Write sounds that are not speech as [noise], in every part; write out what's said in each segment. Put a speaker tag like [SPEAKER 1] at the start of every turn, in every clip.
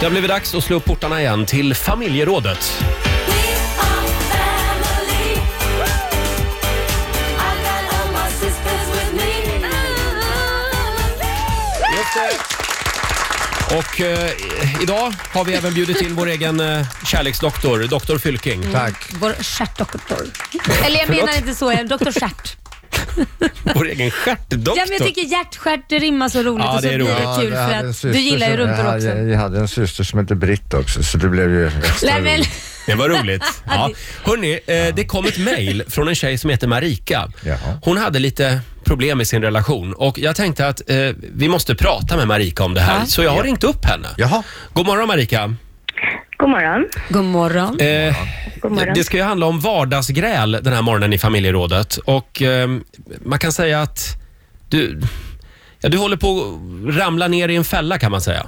[SPEAKER 1] Det har blivit dags att slå upp portarna igen till familjerådet. Och eh, idag har vi även bjudit in vår egen eh, kärleksdoktor, doktor Fylking.
[SPEAKER 2] Tack.
[SPEAKER 3] Vår stjärtdoktor. Eller jag menar inte så, jag doktor Stjärt.
[SPEAKER 1] Vår egen stjärtdoktor.
[SPEAKER 3] Ja, men jag tycker hjärtstjärt, det rimmar så roligt
[SPEAKER 1] Ja,
[SPEAKER 3] och så
[SPEAKER 1] det är
[SPEAKER 3] blir
[SPEAKER 1] roligt.
[SPEAKER 3] det
[SPEAKER 2] Ja,
[SPEAKER 3] kul
[SPEAKER 2] jag
[SPEAKER 3] för
[SPEAKER 2] hade
[SPEAKER 3] att
[SPEAKER 2] en
[SPEAKER 3] du
[SPEAKER 2] syster
[SPEAKER 3] gillar ju
[SPEAKER 2] som-
[SPEAKER 3] rumpor
[SPEAKER 2] jag
[SPEAKER 3] också.
[SPEAKER 2] Hade, jag hade en syster som hette Britt också, så det blev ju extra
[SPEAKER 3] Nej, men,
[SPEAKER 2] roligt.
[SPEAKER 1] Det var
[SPEAKER 3] [laughs]
[SPEAKER 1] roligt. Ja. Hörrni, eh, det kom ett mejl från en tjej som heter Marika.
[SPEAKER 2] Jaha.
[SPEAKER 1] Hon hade lite problem i sin relation och jag tänkte att eh, vi måste prata med Marika om det här.
[SPEAKER 3] Ja.
[SPEAKER 1] Så jag har ringt upp henne.
[SPEAKER 2] Jaha.
[SPEAKER 1] God morgon Marika.
[SPEAKER 4] God morgon.
[SPEAKER 3] god morgon.
[SPEAKER 1] Eh,
[SPEAKER 4] God morgon.
[SPEAKER 1] det ska ju handla om vardagsgräl den här morgonen i familjerådet och eh, man kan säga att du, ja, du håller på att ramla ner i en fälla kan man säga.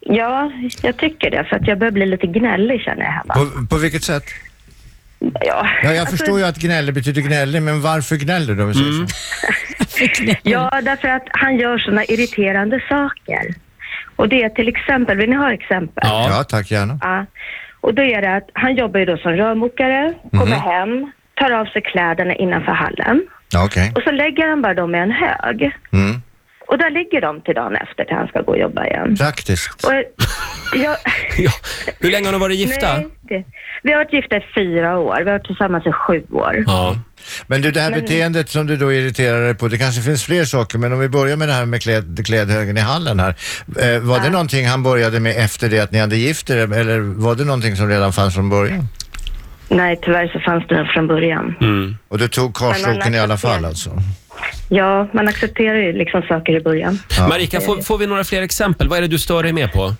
[SPEAKER 4] Ja, jag tycker det. För att jag börjar bli lite gnällig känner jag hemma.
[SPEAKER 2] På, på vilket sätt?
[SPEAKER 4] Ja,
[SPEAKER 2] Ja,
[SPEAKER 3] Alltså-
[SPEAKER 2] jag förstår ju att gnällig betyder gnällig, men varför gnäller du om vi säger så?
[SPEAKER 4] Ja, därför att han gör såna irriterande saker. Och det är till exempel, vill ni ha exempel?
[SPEAKER 2] Ja, tack gärna.
[SPEAKER 4] Ja. Och då är det att han jobbar ju då som rörmokare, kommer
[SPEAKER 1] Mhm.
[SPEAKER 4] hem, tar av sig kläderna innanför hallen
[SPEAKER 2] Ja, okej.
[SPEAKER 4] och så lägger han bara dem i en hög.
[SPEAKER 2] Mm.
[SPEAKER 4] Och där ligger de till dagen efter till han ska gå och jobba igen.
[SPEAKER 2] Praktiskt.
[SPEAKER 4] Och jag,
[SPEAKER 1] [laughs] Ja. Hur länge har ni varit [laughs] gifta?
[SPEAKER 4] nej, det, vi har varit gifta i fyra år, vi har varit tillsammans i sju år.
[SPEAKER 1] Ja.
[SPEAKER 2] Men du, det här beteendet som du då irriterar dig på, det kanske finns fler saker, men om vi börjar med det här med kläd, klädhögen i hallen här. Eh, var det någonting han började med efter det att ni hade gift er, eller var det någonting som redan fanns från början?
[SPEAKER 4] Nej, tyvärr så fanns det nog från början.
[SPEAKER 1] Mm.
[SPEAKER 2] Och du tog karlsloken i alla fall alltså?
[SPEAKER 4] Ja, man accepterar ju liksom saker i början.
[SPEAKER 1] Marika, får, får vi några fler exempel? Vad är det du stör dig med på?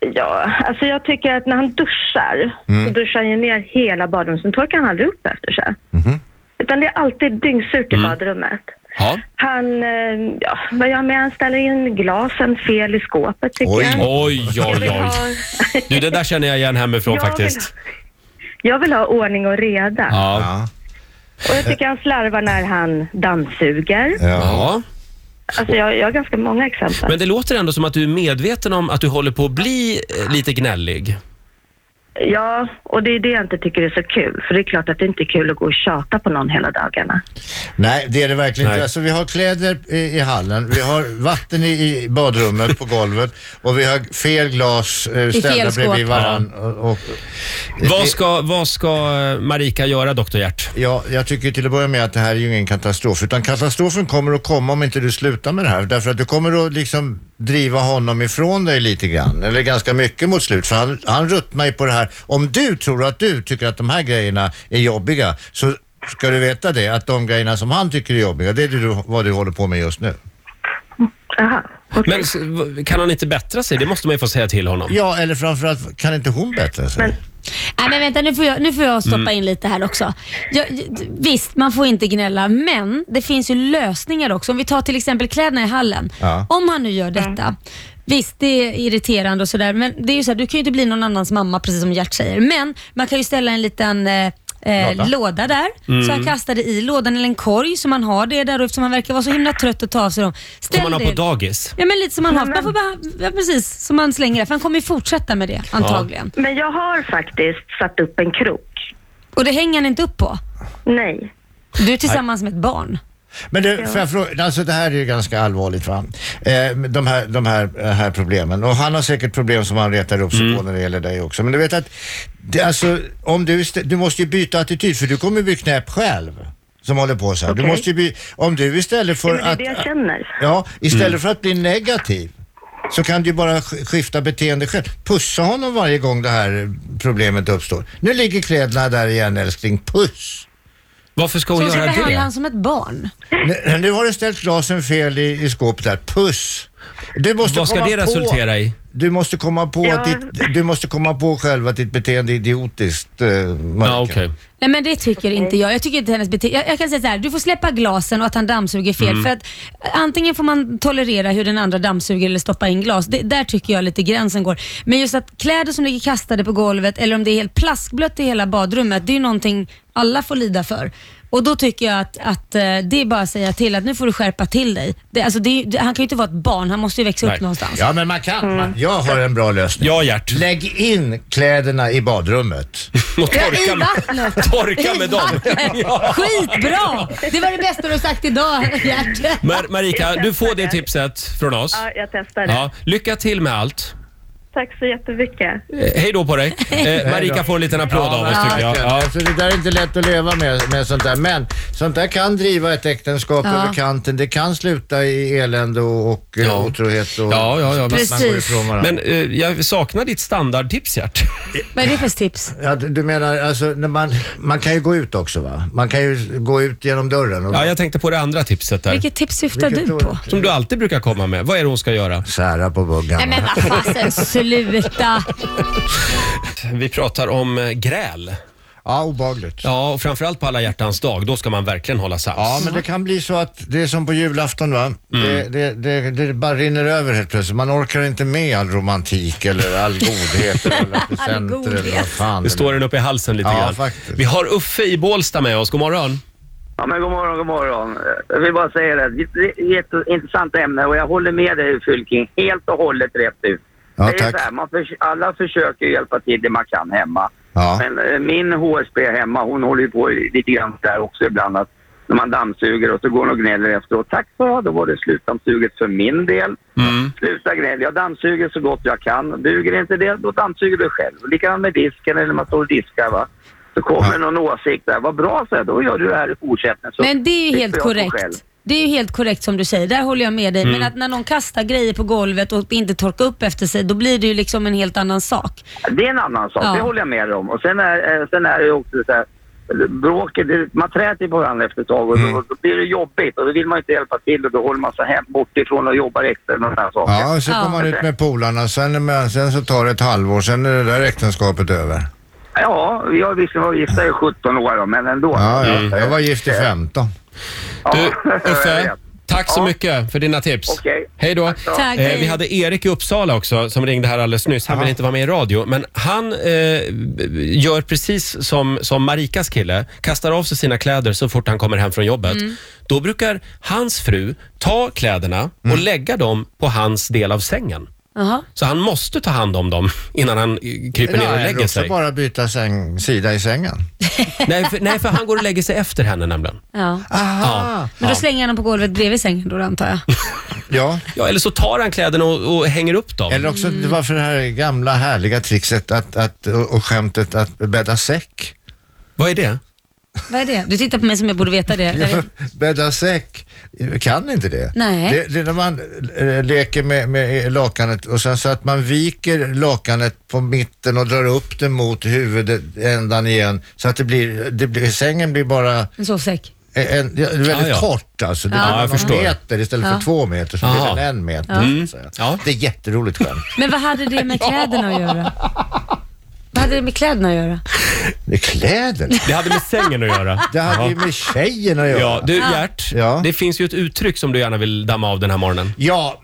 [SPEAKER 4] Ja, alltså jag tycker att när han duschar,
[SPEAKER 2] Mm.
[SPEAKER 4] så duschar han ju ner hela badrummet, sen torkar han aldrig upp efter sig.
[SPEAKER 2] Mhm.
[SPEAKER 4] Utan det är alltid dyngsurt
[SPEAKER 2] Mm.
[SPEAKER 4] i badrummet.
[SPEAKER 1] Ja.
[SPEAKER 4] Han, eh, ja, vad gör han med? Han ställer in glasen fel i skåpet tycker
[SPEAKER 2] Oj.
[SPEAKER 4] jag.
[SPEAKER 1] Oj,
[SPEAKER 4] Jag
[SPEAKER 2] [laughs]
[SPEAKER 4] vill
[SPEAKER 1] oj,
[SPEAKER 4] ha-
[SPEAKER 1] oj. Du, det där känner jag igen hemifrån
[SPEAKER 4] Jag vill-
[SPEAKER 1] faktiskt.
[SPEAKER 4] Jag vill ha ordning och reda.
[SPEAKER 1] Ja.
[SPEAKER 2] Ja.
[SPEAKER 4] Och jag tycker han slarvar när han dammsuger.
[SPEAKER 2] ja.
[SPEAKER 1] Ja.
[SPEAKER 4] Alltså jag, jag har ganska många exempel.
[SPEAKER 1] Men det låter ändå som att du är medveten om att du håller på att bli eh, lite gnällig.
[SPEAKER 4] Ja, och det är det jag inte tycker är så kul. För det är klart att det inte är kul att gå och tjata på någon hela dagarna.
[SPEAKER 2] Nej, det är det verkligen
[SPEAKER 1] Nej.
[SPEAKER 2] inte. Alltså, vi har kläder i, i hallen, vi har vatten i, i badrummet på golvet och vi har fel glas eh, ställda
[SPEAKER 3] fel skåp.
[SPEAKER 2] bredvid varandra. Och, och,
[SPEAKER 1] Vad ska, vad ska eh, Marika göra, doktor Hjärt?
[SPEAKER 2] Ja, jag tycker till att börja med att det här är ju ingen katastrof, utan katastrofen kommer att komma om inte du slutar med det här, därför att du kommer att liksom driva honom ifrån dig lite grann, eller ganska mycket mot slut, för han, han ruttnar ju på det här. Om du tror att du tycker att de här grejerna är jobbiga, så ska du veta det, att de grejerna som han tycker är jobbiga, det är det du, vad du håller på med just nu.
[SPEAKER 4] Aha. okej.
[SPEAKER 1] Men s- v- kan han inte bättra sig? Det måste man ju få säga till honom.
[SPEAKER 2] Ja, eller framförallt, kan inte hon bättre sig?
[SPEAKER 3] Nej, men vänta, nu får jag, nu får jag stoppa
[SPEAKER 2] Mm.
[SPEAKER 3] in lite här också. Jag, jag- visst, man får inte gnälla, men det finns ju lösningar också. Om vi tar till exempel kläderna i hallen.
[SPEAKER 2] Ja.
[SPEAKER 3] Om han nu gör detta. Visst, det är irriterande och sådär, men det är ju så här, du kan ju inte bli någon annans mamma precis som Gert säger. Men man kan ju ställa en liten eh, Eh,
[SPEAKER 2] Låda. Mm.
[SPEAKER 3] låda. där, så han kastar det i lådan eller en korg som han har det där och eftersom han verkar vara så himla trött att ta av sig dem. Ställ
[SPEAKER 1] Som man har
[SPEAKER 3] det-
[SPEAKER 1] på dagis.
[SPEAKER 3] Ja men lite som han har. Man får bara, ja, precis, som han slänger det. För han kommer ju fortsätta med det antagligen.
[SPEAKER 4] Men jag har faktiskt satt upp en krok.
[SPEAKER 3] Och det hänger han inte upp på.
[SPEAKER 4] Nej.
[SPEAKER 3] Du är tillsammans med ett barn.
[SPEAKER 2] Men du, får jag fråga, alltså det här är ju ganska allvarligt va? Eh, de här, de här, eh, här problemen. Och han har säkert problem som han retar upp sig på när det gäller dig också. Men du vet att, det, alltså, om du, istä- du måste ju byta attityd för du kommer bli knäpp själv. Som håller på så här. Du
[SPEAKER 4] Okej.
[SPEAKER 2] måste ju bli, om du istället för
[SPEAKER 4] Ja, men det är
[SPEAKER 2] att...
[SPEAKER 4] det jag känner.
[SPEAKER 2] Ja, istället för att bli negativ så kan du ju bara sk- skifta beteende själv. Pussa honom varje gång det här problemet uppstår. Nu ligger kläderna där igen älskling, puss!
[SPEAKER 1] Varför ska
[SPEAKER 3] Så
[SPEAKER 1] hon
[SPEAKER 3] så
[SPEAKER 1] göra
[SPEAKER 3] behandlar
[SPEAKER 1] det?
[SPEAKER 3] han som ett barn.
[SPEAKER 2] Nu, nu har du ställt glasen fel i, i skåpet där. Puss! Du måste
[SPEAKER 1] Vad ska
[SPEAKER 2] komma
[SPEAKER 1] det
[SPEAKER 2] på,
[SPEAKER 1] resultera i?
[SPEAKER 2] Du måste komma på,
[SPEAKER 4] Ja.
[SPEAKER 2] att ditt, du måste komma på själv att ditt beteende är idiotiskt, eh, Marika.
[SPEAKER 1] Ja, okej.
[SPEAKER 3] Nej men det tycker inte jag. Jag tycker inte hennes bete- jag, jag kan säga så här, du får släppa glasen och att han dammsuger fel.
[SPEAKER 1] Mm.
[SPEAKER 3] För att antingen får man tolerera hur den andra dammsuger eller stoppa in glas. Det, där tycker jag lite gränsen går. Men just att kläder som ligger kastade på golvet eller om det är helt plaskblött i hela badrummet, det är ju någonting alla får lida för. Och då tycker jag att, att eh, det är bara att säga till att nu får du skärpa till dig. Det, alltså det, är ju- det, han kan ju inte vara ett barn, han måste ju växa
[SPEAKER 1] Nej.
[SPEAKER 3] upp någonstans.
[SPEAKER 2] Ja, men man kan. Man, jag har en bra lösning.
[SPEAKER 1] Ja, Gert.
[SPEAKER 2] Lägg in kläderna i badrummet.
[SPEAKER 1] Och torka
[SPEAKER 3] I
[SPEAKER 1] med,
[SPEAKER 3] vattnet.
[SPEAKER 1] torka
[SPEAKER 3] I
[SPEAKER 1] med dem.
[SPEAKER 3] vattnet.
[SPEAKER 1] [laughs] Ja.
[SPEAKER 3] Skitbra! Det var det bästa du har sagt idag, Gert.
[SPEAKER 1] Mar- Marika, du får det tipset från oss.
[SPEAKER 4] Ja, jag testar det.
[SPEAKER 1] Ja, lycka till med allt.
[SPEAKER 4] Tack så jättemycket.
[SPEAKER 1] Eh, Hej då på dig. Eh, Marika får en liten applåd av oss tycker jag. Ja.
[SPEAKER 2] Alltså, det där är inte lätt att leva med, med sånt där. Men sånt där kan driva ett äktenskap
[SPEAKER 3] Ja.
[SPEAKER 2] över kanten. Det kan sluta i elände och, och eh,
[SPEAKER 1] Ja.
[SPEAKER 2] otrohet och
[SPEAKER 1] Ja, ja, ja, men-
[SPEAKER 2] att man går
[SPEAKER 3] Precis.
[SPEAKER 2] ifrån varandra.
[SPEAKER 1] Men eh, jag saknar ditt standardtips Gert.
[SPEAKER 3] Vad är det för tips?
[SPEAKER 2] Ja, du du menar alltså, när man, man kan ju gå ut också va? Man kan ju gå ut genom dörren. Och,
[SPEAKER 1] Ja, jag tänkte på det andra tipset där.
[SPEAKER 3] Vilket tips syftar
[SPEAKER 2] Vilket
[SPEAKER 3] du
[SPEAKER 2] då?
[SPEAKER 3] på?
[SPEAKER 1] Som du alltid brukar komma med. Vad är det hon ska göra?
[SPEAKER 2] Sära på buggan.
[SPEAKER 3] Nej men
[SPEAKER 2] va?
[SPEAKER 3] vad fasen, sluta!
[SPEAKER 1] Vi pratar om eh, gräl.
[SPEAKER 2] Ja, obehagligt. Ja.
[SPEAKER 1] Ja, och framförallt på alla hjärtans dag. Då ska man verkligen hålla sams.
[SPEAKER 2] men det kan bli så att det är som på julafton va?
[SPEAKER 1] Mm.
[SPEAKER 2] Det, det, det, det bara rinner över helt plötsligt. Man orkar inte med all romantik eller all
[SPEAKER 3] [laughs]
[SPEAKER 2] godhet eller alla presenter eller vad
[SPEAKER 3] godhet.
[SPEAKER 2] fan
[SPEAKER 1] Nu står den uppe i halsen lite
[SPEAKER 2] Ja,
[SPEAKER 1] grann.
[SPEAKER 2] faktiskt.
[SPEAKER 1] Vi har Uffe i Bålsta med oss. God morgon.
[SPEAKER 5] Ja, men god morgon, god morgon. Jag vill bara säga det. Det är ett intressant ämne och jag håller med dig Fylking. Helt och hållet rätt ut.
[SPEAKER 2] Ja,
[SPEAKER 5] det är
[SPEAKER 2] tack.
[SPEAKER 5] Så här, man förs- alla försöker hjälpa till det man kan hemma.
[SPEAKER 2] Ja.
[SPEAKER 5] Men eh, min HSB hemma, hon håller ju på lite grann där också ibland. Att när man dammsuger och så går hon och gnäller efteråt. Tack för det, då var det slutdammsuget för min del. Sluta gnäll. Jag dammsuger så gott jag kan. Duger inte det, då dammsuger du själv. Likadant med disken eller när man står och diskar. Va? Så kommer någon åsikt där. Vad bra, så då gör du det här i fortsättningen. Så
[SPEAKER 3] Men det är ju
[SPEAKER 5] slipper
[SPEAKER 3] helt
[SPEAKER 5] jag gå själv.
[SPEAKER 3] korrekt. Det är ju helt korrekt som du säger, där håller jag med dig. Men
[SPEAKER 1] Mm.
[SPEAKER 3] att när någon kastar grejer på golvet och inte torkar upp efter sig, då blir det ju liksom en helt annan sak.
[SPEAKER 5] Det är en annan sak,
[SPEAKER 3] Ja.
[SPEAKER 5] det håller jag med om. Och sen är, eh, sen är det ju också så här, bråket, det- man träter på varandra efter ett tag och
[SPEAKER 1] Mm.
[SPEAKER 5] då, då blir det jobbigt och då vill man ju inte hjälpa till och då håller man sig hem bortifrån och jobbar extra med sådana här saker.
[SPEAKER 2] Ja, så
[SPEAKER 3] Ja.
[SPEAKER 2] kommer man ut med polarna, sen, är man- sen så tar det ett halvår, sen är det där äktenskapet över.
[SPEAKER 5] Ja, jag visste jag var gifta i 17 år då, men ändå.
[SPEAKER 2] Ja, ja.
[SPEAKER 1] Mm.
[SPEAKER 2] Jag var gift i 15.
[SPEAKER 5] [laughs] Ja,
[SPEAKER 1] Du,
[SPEAKER 5] jag vet.
[SPEAKER 1] Uffe. Tack så
[SPEAKER 5] Ja.
[SPEAKER 1] mycket för dina tips.
[SPEAKER 5] Okej.
[SPEAKER 1] Hej då.
[SPEAKER 5] Ja.
[SPEAKER 3] Tack,
[SPEAKER 1] Eh,
[SPEAKER 3] hej.
[SPEAKER 1] vi hade Erik i Uppsala också som ringde här alldeles nyss. Han vill inte vara med i radio, men han eh, gör precis som, som Marikas kille. Kastar av sig sina kläder så fort han kommer hem från jobbet.
[SPEAKER 5] Mm.
[SPEAKER 1] Då brukar hans fru ta kläderna
[SPEAKER 2] Mm.
[SPEAKER 1] och lägga dem på hans del av sängen.
[SPEAKER 3] Jaha.
[SPEAKER 1] Så han måste ta hand om dem [laughs] innan han eh, kryper ner och
[SPEAKER 2] Nej,
[SPEAKER 1] lägger
[SPEAKER 2] också
[SPEAKER 1] sig.
[SPEAKER 2] bara byta säng, sida i sängen.
[SPEAKER 1] Nej för, nej, för han går och lägger sig efter henne nämligen.
[SPEAKER 3] Ja.
[SPEAKER 2] Ah.
[SPEAKER 1] Ja.
[SPEAKER 3] Men då slänger jag dem på golvet bredvid sängen då antar
[SPEAKER 1] [laughs]
[SPEAKER 3] jag.
[SPEAKER 2] Ja,
[SPEAKER 1] Ja, eller så tar han kläderna och, och hänger upp dem.
[SPEAKER 2] eller också
[SPEAKER 3] Mm.
[SPEAKER 2] det var för det här gamla härliga trixet att, att, och och skämtet att bädda säck.
[SPEAKER 1] Vad är det?
[SPEAKER 3] Vad är det? Du tittar på mig som jag borde veta det. Jag vet-
[SPEAKER 2] [laughs] bädda säck, kan inte det.
[SPEAKER 3] Nej.
[SPEAKER 2] Det, det är när man eh, leker med, med lakanet och sen så att man viker lakanet på mitten och drar upp det mot huvudändan igen så att det blir, det blir sängen blir bara
[SPEAKER 3] En sovsäck.
[SPEAKER 2] En, ja, väldigt
[SPEAKER 1] Ja, ja.
[SPEAKER 2] kort alltså. Det
[SPEAKER 3] Ja,
[SPEAKER 2] blir
[SPEAKER 1] jag
[SPEAKER 2] någon
[SPEAKER 1] förstår.
[SPEAKER 2] meter istället
[SPEAKER 3] Ja.
[SPEAKER 2] för två meter så blir
[SPEAKER 1] Aha.
[SPEAKER 2] den en meter. Så att säga.
[SPEAKER 1] Ja.
[SPEAKER 2] Det är jätteroligt skämt.
[SPEAKER 1] [laughs]
[SPEAKER 3] Men vad hade det med kläderna att göra? Vad hade det med kläderna att göra?
[SPEAKER 2] Det är kläderna.
[SPEAKER 1] Det hade med sängen att göra.
[SPEAKER 2] Det hade ju med tjejen att göra.
[SPEAKER 1] Ja,
[SPEAKER 2] Ja.
[SPEAKER 1] du Gert,
[SPEAKER 2] Ja.
[SPEAKER 1] det finns ju ett uttryck som du gärna vill damma av den här morgonen.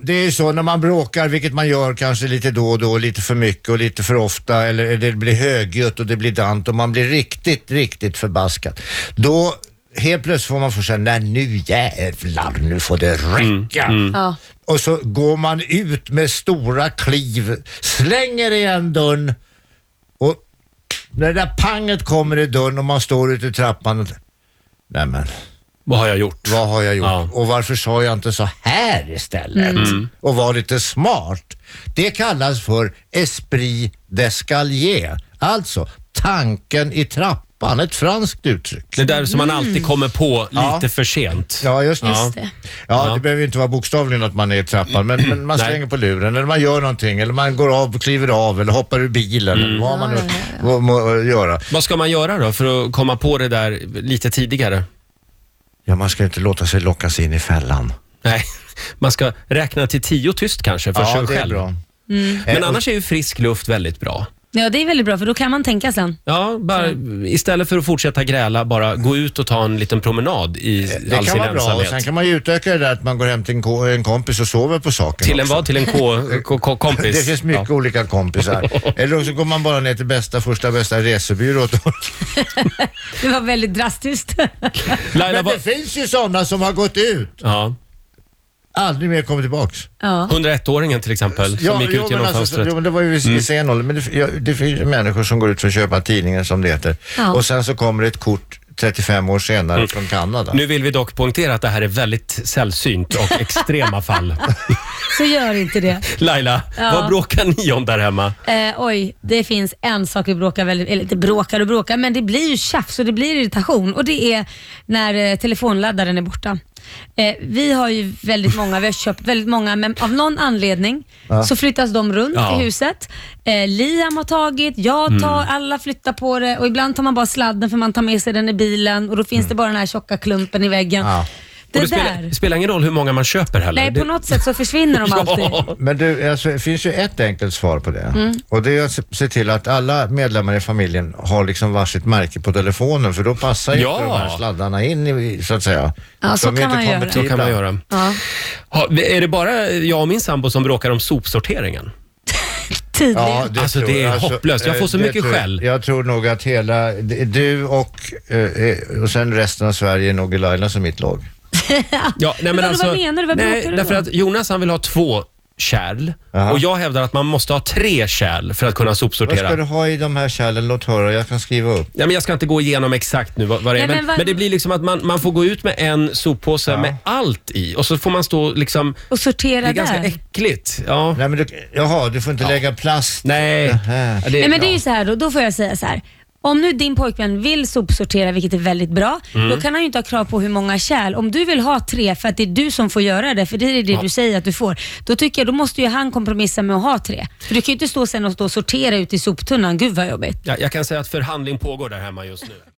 [SPEAKER 2] det är ju så när man bråkar, vilket man gör kanske lite då och då, lite för mycket och lite för ofta, eller det blir högljutt och det blir dant och man blir riktigt, riktigt förbaskad. Då helt plötsligt får man få säga, nej nu jävlar, nu får det räcka.
[SPEAKER 3] Ja.
[SPEAKER 2] och så går man ut med stora kliv, slänger igen dörren och när det där panget kommer i dörren och man står ute i trappan och nämen,
[SPEAKER 1] Vad har jag gjort?
[SPEAKER 2] vad har jag gjort?
[SPEAKER 1] Ja. Mm.
[SPEAKER 2] Och varför sa jag inte så här istället? Och var lite smart. Det kallas för esprit d'escalier, alltså tanken i trappan, ett franskt uttryck.
[SPEAKER 1] Det där som man alltid kommer på lite för sent.
[SPEAKER 2] Ja, just,
[SPEAKER 1] Just
[SPEAKER 2] det.
[SPEAKER 3] det.
[SPEAKER 2] Ja, det behöver ju inte vara bokstavligen att man är i trappan, men, men man
[SPEAKER 1] Nej.
[SPEAKER 2] slänger på luren eller man gör någonting eller man går av, kliver av eller hoppar ur bilen
[SPEAKER 1] Mm.
[SPEAKER 2] eller vad man nu vad må göra.
[SPEAKER 1] Vad ska man göra då för att komma på det där lite tidigare?
[SPEAKER 2] Ja, man ska ju inte låta sig lockas in i fällan.
[SPEAKER 1] Nej, [laughs] man ska räkna till tio tyst kanske för sig
[SPEAKER 2] det är
[SPEAKER 1] själv.
[SPEAKER 2] bra. Eh,
[SPEAKER 1] Men
[SPEAKER 2] och-
[SPEAKER 1] annars är ju frisk luft väldigt bra.
[SPEAKER 3] Ja, det är väldigt bra för då kan man tänka sen.
[SPEAKER 1] Ja, bara,
[SPEAKER 3] Mm.
[SPEAKER 1] istället för att fortsätta gräla, bara gå ut och ta en liten promenad i
[SPEAKER 2] Eh, Det
[SPEAKER 1] all
[SPEAKER 2] kan
[SPEAKER 1] sin
[SPEAKER 2] vara bra och sen
[SPEAKER 1] ensamhet.
[SPEAKER 2] kan man ju utöka det där att man går hem till en, ko- en kompis och sover på saken
[SPEAKER 1] Till en
[SPEAKER 2] också.
[SPEAKER 1] vad? Till en K- K- K- kompis?
[SPEAKER 2] [laughs] Det finns mycket olika kompisar.
[SPEAKER 1] [laughs]
[SPEAKER 2] Eller också går man bara ner till bästa, första bästa resebyrå.
[SPEAKER 3] Det var väldigt drastiskt. [laughs]
[SPEAKER 1] Ja. Laila,
[SPEAKER 2] Men
[SPEAKER 1] vad,
[SPEAKER 2] det finns ju sådana som har gått ut,
[SPEAKER 1] ja.
[SPEAKER 2] aldrig mer kommit tillbaks.
[SPEAKER 1] 101-åringen till exempel, som gick ut
[SPEAKER 2] men
[SPEAKER 1] genom
[SPEAKER 2] alltså,
[SPEAKER 1] fönstret.
[SPEAKER 2] Jo, men det var ju vid mm. senåldern. Men det, ja, det finns ju människor som går ut för att köpa tidningen som det heter.
[SPEAKER 3] Ja.
[SPEAKER 2] Och sen så kommer ett kort 35 år senare från Kanada.
[SPEAKER 1] Mm. Nu vill vi dock poängtera att det här är väldigt sällsynt
[SPEAKER 2] [laughs]
[SPEAKER 1] och extrema fall. [laughs]
[SPEAKER 3] Så gör inte det.
[SPEAKER 1] Laila,
[SPEAKER 3] Ja.
[SPEAKER 1] vad bråkar ni om där hemma?
[SPEAKER 3] Eh, oj, det finns en sak vi bråkar väldigt, eller inte bråkar och bråkar, men det blir ju tjafs och det blir irritation och det är när eh, telefonladdaren är borta. Eh, vi har ju väldigt många, vi har köpt väldigt många, men av någon anledning så flyttas de runt
[SPEAKER 1] Ja. Mm.
[SPEAKER 3] i huset. Eh, Liam har tagit, jag tar, alla flyttar på det och ibland tar man bara sladden för man tar med sig den i bilen och då finns det bara den här tjocka klumpen i väggen.
[SPEAKER 2] Ja.
[SPEAKER 3] Det,
[SPEAKER 1] Mm. och det spelar,
[SPEAKER 3] där.
[SPEAKER 1] spelar ingen roll hur många man köper heller.
[SPEAKER 3] Nej, på något sätt så försvinner de
[SPEAKER 1] [laughs]
[SPEAKER 3] alltid.
[SPEAKER 1] Ja.
[SPEAKER 2] Men du, alltså, det finns ju ett enkelt svar på det.
[SPEAKER 3] Mm.
[SPEAKER 2] Och det är att se- se till att alla medlemmar i familjen har liksom varsitt märke på telefonen för då passar ju
[SPEAKER 1] Ja.
[SPEAKER 2] inte de här sladdarna in i, så att säga.
[SPEAKER 3] Ja, så
[SPEAKER 2] de är
[SPEAKER 3] kan man
[SPEAKER 2] inte
[SPEAKER 3] göra.
[SPEAKER 1] Så kan
[SPEAKER 2] konvertibla.
[SPEAKER 1] man göra.
[SPEAKER 3] Ja.
[SPEAKER 1] Ha, är det bara jag och min sambo som bråkar om sopsorteringen?
[SPEAKER 3] Tydligen.
[SPEAKER 2] Ja,
[SPEAKER 1] Alltså,
[SPEAKER 2] tror
[SPEAKER 1] det
[SPEAKER 2] jag.
[SPEAKER 1] är hopplöst. Jag får så
[SPEAKER 2] eh, det
[SPEAKER 1] mycket
[SPEAKER 2] tror jag.
[SPEAKER 1] skäll.
[SPEAKER 2] Jag tror nog att hela, det är du och, eh, eh, och sen resten av Sverige är nog i Lailas och mitt lag.
[SPEAKER 1] Ja, nej, men
[SPEAKER 3] Vadå,
[SPEAKER 1] alltså,
[SPEAKER 3] vad menar du? Vad
[SPEAKER 1] nej,
[SPEAKER 3] bråkar du
[SPEAKER 1] därför
[SPEAKER 3] om?
[SPEAKER 1] att Jonas han vill ha två kärl
[SPEAKER 2] Aha.
[SPEAKER 1] och jag hävdar att man måste ha tre kärl för att kunna
[SPEAKER 2] Vad ska du
[SPEAKER 1] sopsortera.
[SPEAKER 2] ha i de här kärlen? Låt höra, jag kan skriva upp.
[SPEAKER 1] Ja, men jag ska inte gå igenom exakt nu vad, vad det är, men,
[SPEAKER 3] Nej,
[SPEAKER 1] men,
[SPEAKER 3] men vad-
[SPEAKER 1] det blir liksom att man, man får gå ut med en soppåse med allt i och så får man stå liksom...
[SPEAKER 3] Och sortera
[SPEAKER 1] Det är ganska
[SPEAKER 3] där.
[SPEAKER 1] äckligt. Ja.
[SPEAKER 2] Nej, men du, jaha, du får inte lägga plast.
[SPEAKER 1] Nej.
[SPEAKER 2] Nähä.
[SPEAKER 1] Ja, det-
[SPEAKER 3] Nej, men det är ju så här då, då får jag säga så här. Om nu din pojkvän vill sopsortera, vilket är väldigt bra, då kan han ju inte ha krav på hur många kärl. Om du vill ha tre för att det är du som får göra det, för det är det du säger att du får, då tycker jag då måste ju han kompromissa med att ha tre. För du kan ju inte stå sen och stå och sortera ut i soptunnan. Gud vad jobbigt.
[SPEAKER 1] Ja, jag kan säga att förhandling pågår där hemma just nu.